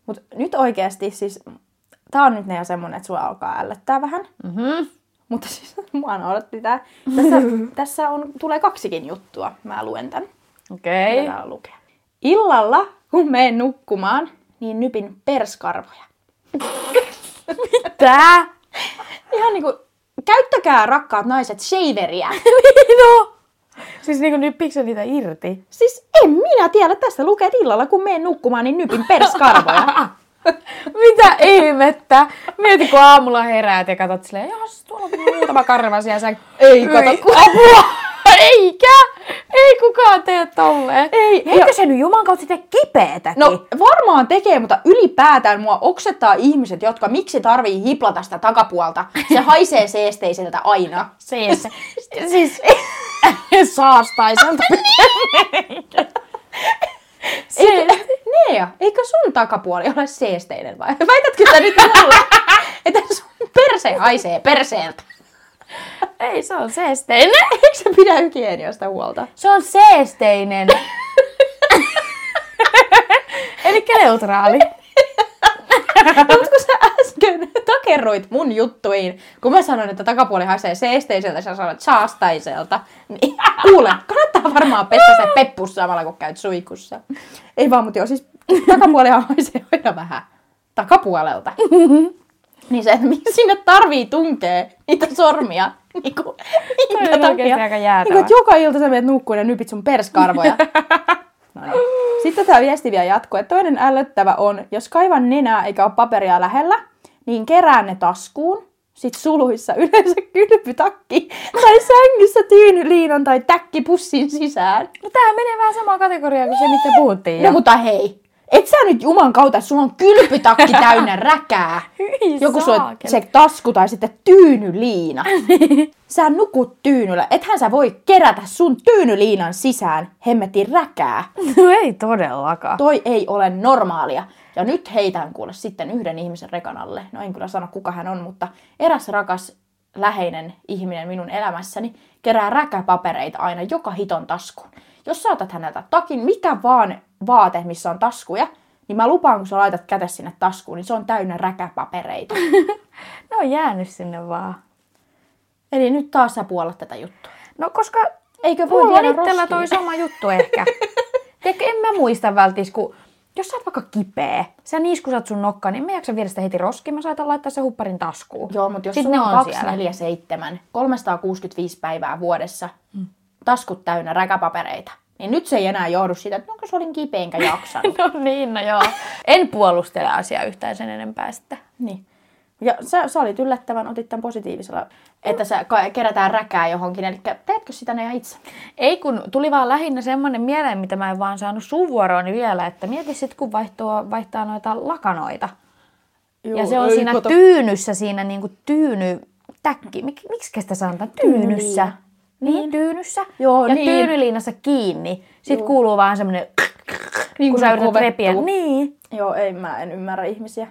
Mutta nyt oikeasti siis, tää on nyt ne jo semmonen, että sua alkaa ällöttää vähän.
Mm-hmm.
Mutta siis (laughs) mua noudatti tää. Tässä,
(laughs)
tässä on, tulee kaksikin juttua. Mä luen tän.
Okei. Okay.
Pitää lukea. Illalla, kun menen nukkumaan, niin nypin perskarvoja.
Tää? (laughs)
Ihan niinku, käyttäkää rakkaat naiset shaveriä.
no! Siis niinku nyppikö niitä (laughs) irti?
Siis en minä tiedä, tästä lukee, että illalla kun menen nukkumaan, niin nypin perskarvoja.
Mitä ihmettä? Mieti, kun aamulla heräät ja katsot silleen, jos tuolla on muutama karva siellä. Sä...
(laughs) Ei, kato,
Yi,
kun-
Apua! (laughs) Eikä! Ei kukaan tee tolleen.
Ei,
Ja Eikö se nyt juman kautta tee kipeätäkin?
No varmaan tekee, mutta ylipäätään mua oksettaa ihmiset, jotka miksi tarvii hiplata sitä takapuolta. Se haisee seesteiseltä (laughs) aina.
siis,
(laughs)
siis saastaiselta.
Niin. Eikö, Nea, eikö sun takapuoli ole seesteinen vai? Väitätkö sä nyt (laughs) mulle, että sun perse haisee perseeltä?
Ei, se on seesteinen.
Eikö sä pidä hygieniasta huolta?
Se on (laughs) seesteinen. Eli neutraali.
No, mutta kun sä äsken takerroit mun juttuihin, kun mä sanoin, että takapuoli haisee seesteiseltä, sä sanoit saastaiselta, niin kuule, kannattaa varmaan pestä se peppus samalla, kun käyt suikussa. Ei vaan, mutta joo, siis takapuolihan haisee aina vähän takapuolelta. Niin se, että mihin sinne tarvii tunkea niitä
(laughs)
sormia. Niin kuin,
on oikeesti aika jäätävä.
Niin kuin, että joka ilta sä menet nukkuun ja nypit
(laughs)
sun perskarvoja. No niin. Sitten tämä viesti vielä jatkuu, että toinen ällöttävä on, jos kaivan nenää eikä ole paperia lähellä, niin kerään ne taskuun sit suluissa yleensä kylpytakki tai sängyssä tyynyliinan tai täkki pussin sisään.
No tää menee vähän samaan kategoriaan kuin se, mitä puhuttiin.
No mutta hei, et sä nyt juman kautta, että sulla on kylpytakki
(laughs)
täynnä räkää.
Hyi
Joku sulla
saakeli.
se tasku tai sitten tyynyliina. sä nukut tyynyllä. Ethän sä voi kerätä sun tyynyliinan sisään hemmetin räkää.
No ei todellakaan.
Toi ei ole normaalia. Ja nyt heitän kuule sitten yhden ihmisen rekan alle. No en kyllä sano kuka hän on, mutta eräs rakas läheinen ihminen minun elämässäni kerää räkäpapereita aina joka hiton taskuun. Jos sä otat häneltä takin, mikä vaan vaate, missä on taskuja, niin mä lupaan, kun sä laitat kätes sinne taskuun, niin se on täynnä räkäpapereita.
Ne on jäänyt sinne vaan.
Eli nyt taas sä puolet tätä juttua.
No koska
Eikö voi
mulla on
viedä
itsellä
roskiin?
toi sama juttu ehkä. (laughs) Tiedätkö, en mä muista välttis, kun jos sä oot vaikka kipeä, sä niiskusat sun nokkaan, niin mä en jaksa viedä sitä heti roskiin, mä saatan laittaa se hupparin taskuun.
Joo, mutta jos
Sit
sulla
ne
on
on siellä.
247, 365 päivää vuodessa, taskut täynnä räkäpapereita, niin nyt se ei enää johdu siitä, että onko se olin kipeä enkä jaksanut.
No niin, no joo. En puolustele asiaa yhtään sen enempää sitten.
(laughs) niin. Ja sä, sä olit yllättävän, otit tämän positiivisella, että sä ka- kerätään räkää johonkin, eli teetkö sitä ne itse?
Ei kun tuli vaan lähinnä semmonen mieleen, mitä mä en vaan saanut suvuoroon vielä, että mieti sit kun vaihtuu, vaihtaa noita lakanoita. Joo, ja se on siinä kato. tyynyssä, siinä niinku tyyny, täkki, Mik, miksi sitä sanotaan? Tyynyssä. Niin, niin tyynyssä.
Joo,
ja
niin.
tyynyliinassa kiinni. Sitten Joo. kuuluu vaan semmoinen,
niin
kun sä yrität repiä. Niin.
Joo, ei, mä en ymmärrä ihmisiä.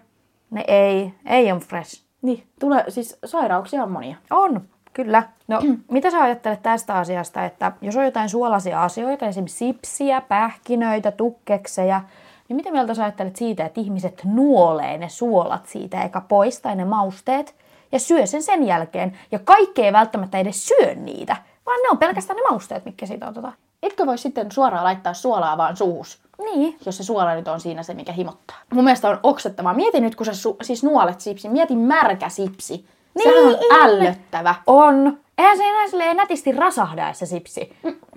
Ne ei, ei on fresh.
Niin, tulee, siis sairauksia on monia.
On, kyllä. No, mitä sä ajattelet tästä asiasta, että jos on jotain suolaisia asioita, esimerkiksi sipsiä, pähkinöitä, tukkekseja, niin mitä mieltä sä ajattelet siitä, että ihmiset nuolee ne suolat siitä, eikä poista ne mausteet, ja syö sen sen jälkeen, ja kaikki ei välttämättä edes syö niitä, vaan ne on pelkästään ne mausteet, mitkä siitä tota- otetaan.
Etkö voi sitten suoraan laittaa suolaa vaan suuhus?
Niin.
jos se suola nyt on siinä se, mikä himottaa. Mun mielestä on oksettavaa. Mieti nyt, kun sä su- siis nuolet sipsi, mieti märkä sipsi. Niin, Sehän on
ihan.
ällöttävä.
On. Eihän se enää silleen nätisti rasahda se sipsi.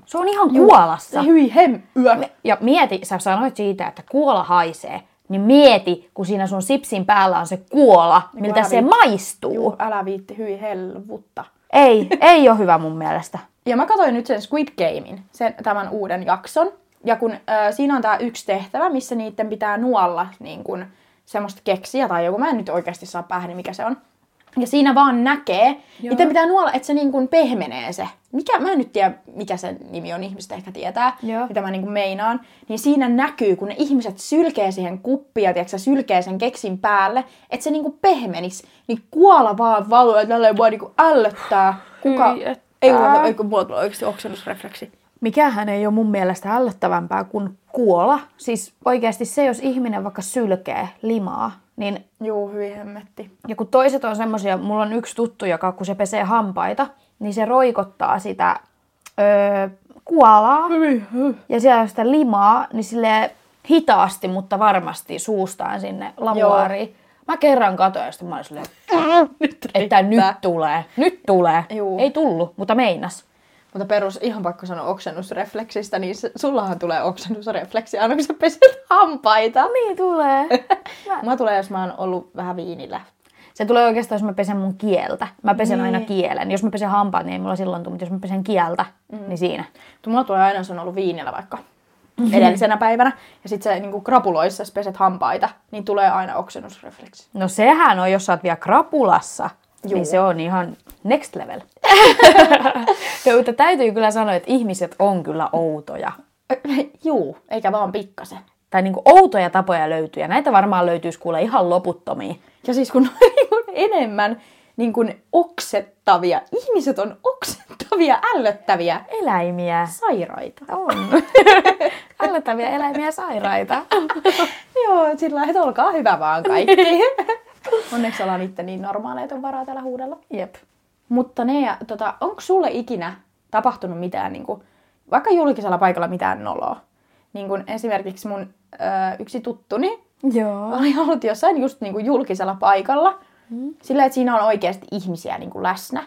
Se on ihan kuolassa.
Hyi hem yö.
Ja mieti, sä sanoit siitä, että kuola haisee. Niin mieti, kun siinä sun sipsin päällä on se kuola, miltä
älä
se
viit-
maistuu.
Juu, älä viitti, hyi helvutta.
Ei, ei ole hyvä mun mielestä.
Ja mä katsoin nyt sen Squid Gamein, sen, tämän uuden jakson. Ja kun ö, siinä on tää yksi tehtävä, missä niiden pitää nuolla niin kun, semmoista keksiä tai joku, mä en nyt oikeasti saa päähän, mikä se on. Ja siinä vaan näkee, niiden pitää nuolla, että se niin kun pehmenee se. Mikä, mä en nyt tiedä, mikä sen nimi on, ihmiset ehkä tietää,
Joo.
mitä mä niin kun meinaan. Niin siinä näkyy, kun ne ihmiset sylkee siihen kuppia, tiedätkö, sä, sylkee sen keksin päälle, että se niin kun pehmenisi. Niin kuola vaan valuu ja tälleen vaan niin kun ällöttää. Kuka,
Hyi, että.
ei kun, ei kun mulla tulee oikeasti oksennusrefleksi.
Mikähän ei ole mun mielestä ällöttävämpää kuin kuola. Siis oikeasti se, jos ihminen vaikka sylkee limaa, niin
Juu, hyvin hemmetti.
Ja kun toiset on semmosia, mulla on yksi tuttu, joka kun se pesee hampaita, niin se roikottaa sitä öö, kuolaa ja siellä on sitä limaa, niin sille hitaasti, mutta varmasti suustaan sinne lavuaariin. Mä kerran katoin ja sitten mä olin silleen,
Äh,
että nyt tulee, nyt tulee.
Juu.
Ei tullut, mutta meinas.
Mutta perus, ihan pakko sanoa oksennusrefleksistä, niin se, sullahan tulee oksennusrefleksi aina, kun sä peset hampaita.
Niin tulee.
Mä tulee, jos mä oon ollut vähän viinillä.
(laughs) Se tulee oikeastaan, jos mä pesen mun kieltä. Mä pesen niin. aina kielen. Jos mä pesen hampaat, niin ei mulla silloin tule, mutta jos mä pesen kieltä, mm. niin siinä.
Mutta mulla tulee aina, jos on ollut viinillä vaikka Mhm. edellisenä päivänä. Ja sit sä niinku krapuloissa, jos peset hampaita, niin tulee aina oksennusrefleksi.
No sehän on, jos sä oot vielä krapulassa, Juu.
Juu.
niin se on ihan next (laughs) level. no, mutta täytyy kyllä sanoa, että ihmiset on kyllä outoja.
(laughs) Juu, eikä vaan pikkasen.
Tai niinku outoja tapoja löytyy, ja näitä varmaan löytyisi kuule ihan loputtomiin.
Ja siis kun (laughs) on niin kuin enemmän niin kuin oksettavia, ihmiset on oksettavia, ällöttäviä,
Eläimiä.
sairaita.
(laughs) On. Ällöttäviä eläimiä ja sairaita.
Joo, sillä lailla, että olkaa hyvä vaan kaikki. Onneksi ollaan itse niin normaaleja, että on varaa täällä huudella.
Jep.
Mutta ne, ja, tota, onko sulle ikinä tapahtunut mitään, niin kuin, vaikka julkisella paikalla mitään noloa? Niin kuin esimerkiksi mun ö, yksi tuttuni
Joo.
oli ollut jossain just niin kuin julkisella paikalla. Mm. Sillä, että siinä on oikeasti ihmisiä niin kuin läsnä.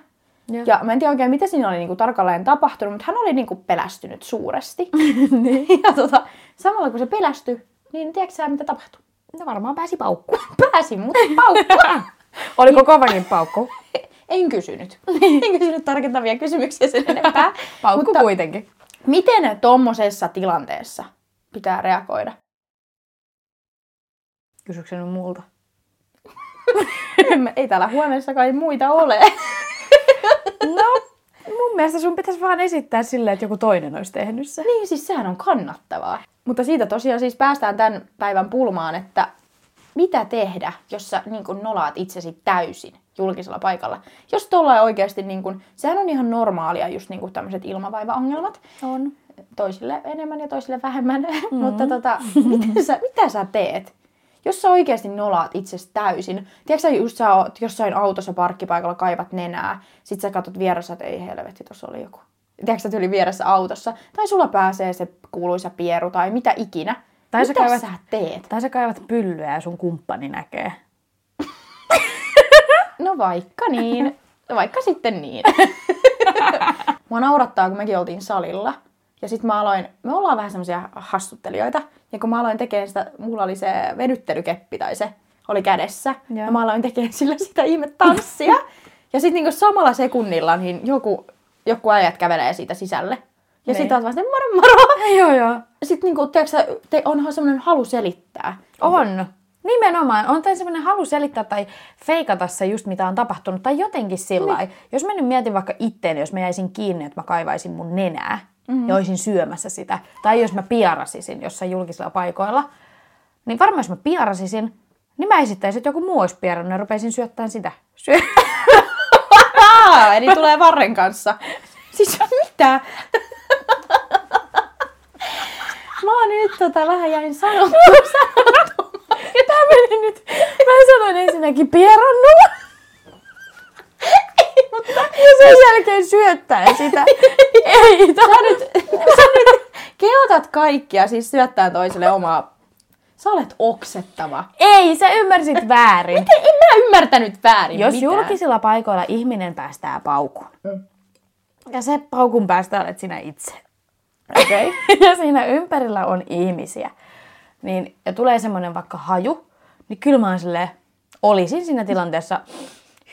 Joo.
Ja mä en tiedä oikein, mitä siinä oli niinku tarkalleen tapahtunut, mutta hän oli niinku pelästynyt suuresti. (laughs) ja tota, samalla kun se pelästyi, niin tiedätkö sä, mitä tapahtui?
No varmaan pääsi paukkuun.
Pääsi mut paukku.
Oli koko vangin paukku.
En kysynyt. en kysynyt tarkentavia kysymyksiä sen enempää.
Paukku
Mutta-
kuitenkin.
Miten tuommoisessa tilanteessa pitää reagoida? (laughs)
Kysyksä nyt multa?
Ei täällä huoneessa kai muita ole.
No, mun mielestä sun pitäisi vaan esittää silleen, että joku toinen olisi tehnyt se.
Niin, siis sehän on kannattavaa. Mutta siitä tosiaan siis päästään tämän päivän pulmaan, että mitä tehdä, jos sä niin kun nolaat itsesi täysin julkisella paikalla. Jos tuolla oikeasti, niin kun, sehän on ihan normaalia just niin tämmöiset ilmavaivaongelmat.
On.
Toisille enemmän ja toisille vähemmän. (laughs)
Mm.
Mm-hmm. Mutta tota, mitä, sä, mitä sä teet? Jos sä oikeasti nolaat itsesi täysin, tiedätkö sä just sä oot jossain autossa parkkipaikalla, kaivat nenää, sit sä katsot vieressä, että ei helvetti, tuossa oli joku. Tiedätkö sä tyyli vieressä autossa, tai sulla pääsee se kuuluisa pieru tai mitä ikinä.
Tai sä
mitä
kaivat-
sä teet?
Tai sä kaivat pyllyä ja sun kumppani näkee.
No vaikka niin. Vaikka
(laughs)
sitten niin. Mua naurattaa, kun mekin oltiin salilla. Ja sit mä aloin, me ollaan vähän semmoisia hassuttelijoita. Ja kun mä aloin tekemään sitä, mulla oli se venyttelykeppi tai se oli kädessä. Ja,
Joo.
ja mä aloin tekemään sillä sitä ihme tanssia. ja sit niinku samalla sekunnilla niin joku, joku äijät kävelee siitä sisälle. Ja
Niin.
sit oot vaan sitten moro moro.
(laughs) joo, joo.
Sit niinku, tiedätkö, sä, te, onhan semmoinen halu selittää.
On. Nimenomaan. On tai semmoinen halu selittää tai feikata se just mitä on tapahtunut. Tai jotenkin sillä niin. Jos mä nyt mietin vaikka itteeni, jos mä jäisin kiinni, että mä kaivaisin mun nenää mm-hmm. ja olisin syömässä sitä. Tai jos mä piarasisin jossain julkisilla paikoilla. Niin varmaan jos mä piarasisin, niin mä esittäisin, että joku muu olisi piarannut ja rupeisin syöttämään sitä. Syö.
Aa, eli tulee varren kanssa. Siis mitä? Mä oon nyt tota, vähän jäin sanomaan.
Tämä meni nyt. Mä sanoin ensinnäkin pierannut. Mutta... siis- Ja sen jälkeen syöttää sitä. Ei, tämä on nyt...
Keotat kaikkia siis syöttää toiselle omaa. Sä olet oksettava.
Ei, sä ymmärsit väärin.
En mä ymmärtänyt väärin
Jos
mitään.
julkisilla paikoilla ihminen päästää paukun. Ja se paukun päästä olet sinä itse. (laughs)
Okei.
ja siinä ympärillä on ihmisiä. Niin, ja tulee semmoinen vaikka haju, niin kyllä mä oon silleen, olisin siinä tilanteessa,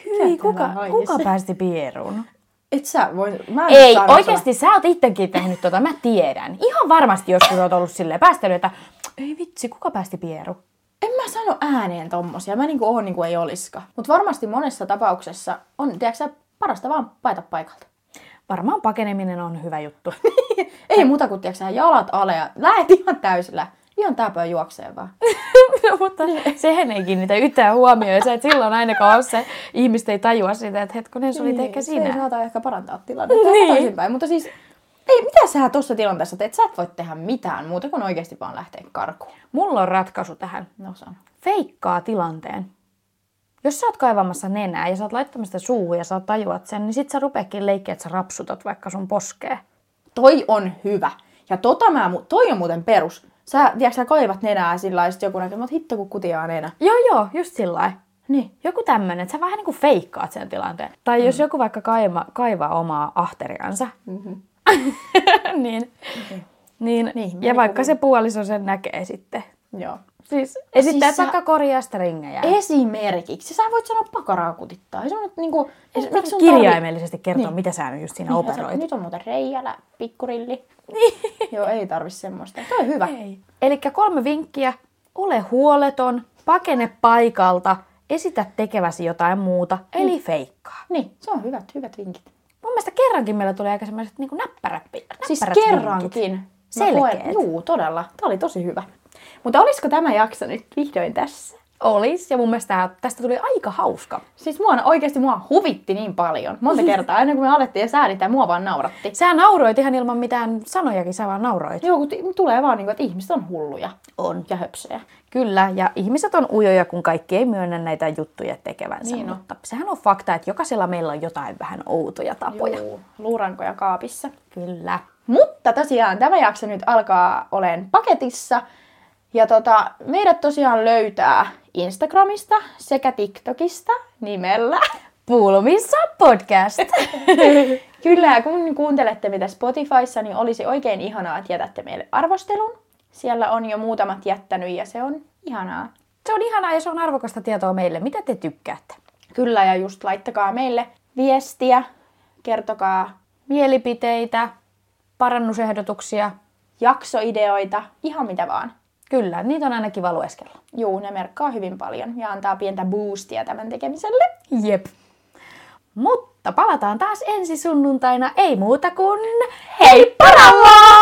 hyi,
Mikä
kuka,
täällä haisee?"
kuka päästi pieruun?
Et sä voi... Mä en nyt
Ei,
sano
oikeasti sä oot itsekin tehnyt tota, mä tiedän. Ihan varmasti joskus oot ollut silleen päästely, että ei vitsi, kuka päästi pieru?
En mä sano ääneen tommosia. Mä niinku oon niinku ei oliska. Mut varmasti monessa tapauksessa on, tiedätkö sä, parasta vaan paeta paikalta. (laughs)
Varmaan pakeneminen on hyvä (laughs) juttu.
Ei muuta kuin, tiedätkö sä, jalat alle ja lähet ihan täysillä. Ihan täpöä juokseen vaan.
No, mutta (laughs) sehän ei kiinnitä yhtään huomioon. Sä et silloin ainakaan ole se, ihmiset ei tajua sitä, että hetkonen, se oli niin, ehkä
Se ei
sinä.
saata ehkä parantaa tilannetta
Niin.
niin. toisinpäin. Mutta siis, ei, mitä sä tuossa tilanteessa teet? Sä et voi tehdä mitään muuta kuin oikeasti vaan lähteä karkuun.
Mulla on ratkaisu tähän.
No sano.
Feikkaa tilanteen. Jos sä oot kaivamassa nenää ja sä oot laittamassa sitä suuhun ja sä oot tajuat sen, niin sit sä rupeekin leikkiä, että sä rapsutat vaikka sun poskee.
Toi on hyvä. Ja tota mä, mu- toi on muuten perus. Sä, tiedätkö, sä kaivat nenää sillä lailla, sit joku näkee, mutta hitto kun kutiaa nenä.
Joo, joo, just sillä lailla.
Niin.
Joku tämmöinen, että sä vähän niin kuin feikkaat sen tilanteen. Tai jos joku vaikka kaiva, kaivaa omaa ahteriansa,
Mm. Mm-hmm.
(laughs) niin, niin,
Niin,
niin
meni
ja vaikka se puoliso sen näkee sitten.
Joo.
Siis esittää
siis
siis
sä-
vaikka korjaa sitä ringejä.
Esimerkiksi. Sä voit sanoa pakaraa kutittaa. Ei sun nyt niinku...
Ei
miksi sun
kirjaimellisesti kertoa,
Niin.
niin. mitä sä nyt just siinä
tarvii-
operoit. Niin.
Nyt on muuten reijälä, pikkurilli. Joo, ei tarvi semmoista. Toi on hyvä.
Ei. Eli kolme vinkkiä. Ole huoleton, pakene paikalta, esitä tekeväsi jotain muuta,
Mm.
eli feikkaa.
Niin, se on hyvät, hyvät vinkit.
Mun mielestä kerrankin meillä tuli aika semmoiset niin näppärät, näppärät
Siis
vinkit.
kerrankin. Mä
Selkeät.
koen- Juu, todella. Tämä oli tosi hyvä. Mutta olisiko tämä jakso nyt vihdoin tässä?
Olis, ja mun mielestä tää- tästä tuli aika hauska.
Siis mua, oikeasti mua huvitti niin paljon. Monta kertaa, aina kun me alettiin sääditä, mua vaan nauratti.
Sä nauroit ihan ilman mitään sanojakin, sä vaan nauroit.
Joo, kun t- tulee vaan niin kuin, että ihmiset on hulluja
On.
ja höpsöjä.
Kyllä, ja ihmiset on ujoja, kun kaikki ei myönnä näitä juttuja tekevänsä.
Niin on.
Mutta sehän on fakta, että jokaisella meillä on jotain vähän outoja tapoja.
Juu, luurankoja kaapissa.
Kyllä.
Mutta tosiaan tämä jakso nyt alkaa oleen paketissa. Ja tota, meidät tosiaan löytää Instagramista sekä TikTokista nimellä
Pulmissa podcast. (laughs)
Kyllä, ja kun kuuntelette mitä Spotifyssa, niin olisi oikein ihanaa, että jätätte meille arvostelun. Siellä on jo muutamat jättänyt ja se on ihanaa.
se on ihanaa ja se on arvokasta tietoa meille. Mitä te tykkäätte?
Kyllä, ja just laittakaa meille viestiä, kertokaa
Mielipiteitä, parannusehdotuksia.
jaksoideoita, ihan mitä vaan.
Kyllä, niitä on aina kiva lueskella.
Juu, ne merkkaa hyvin paljon ja antaa pientä boostia tämän tekemiselle.
Jep. Mutta palataan taas ensi sunnuntaina. Ei muuta kuin hei parallaan!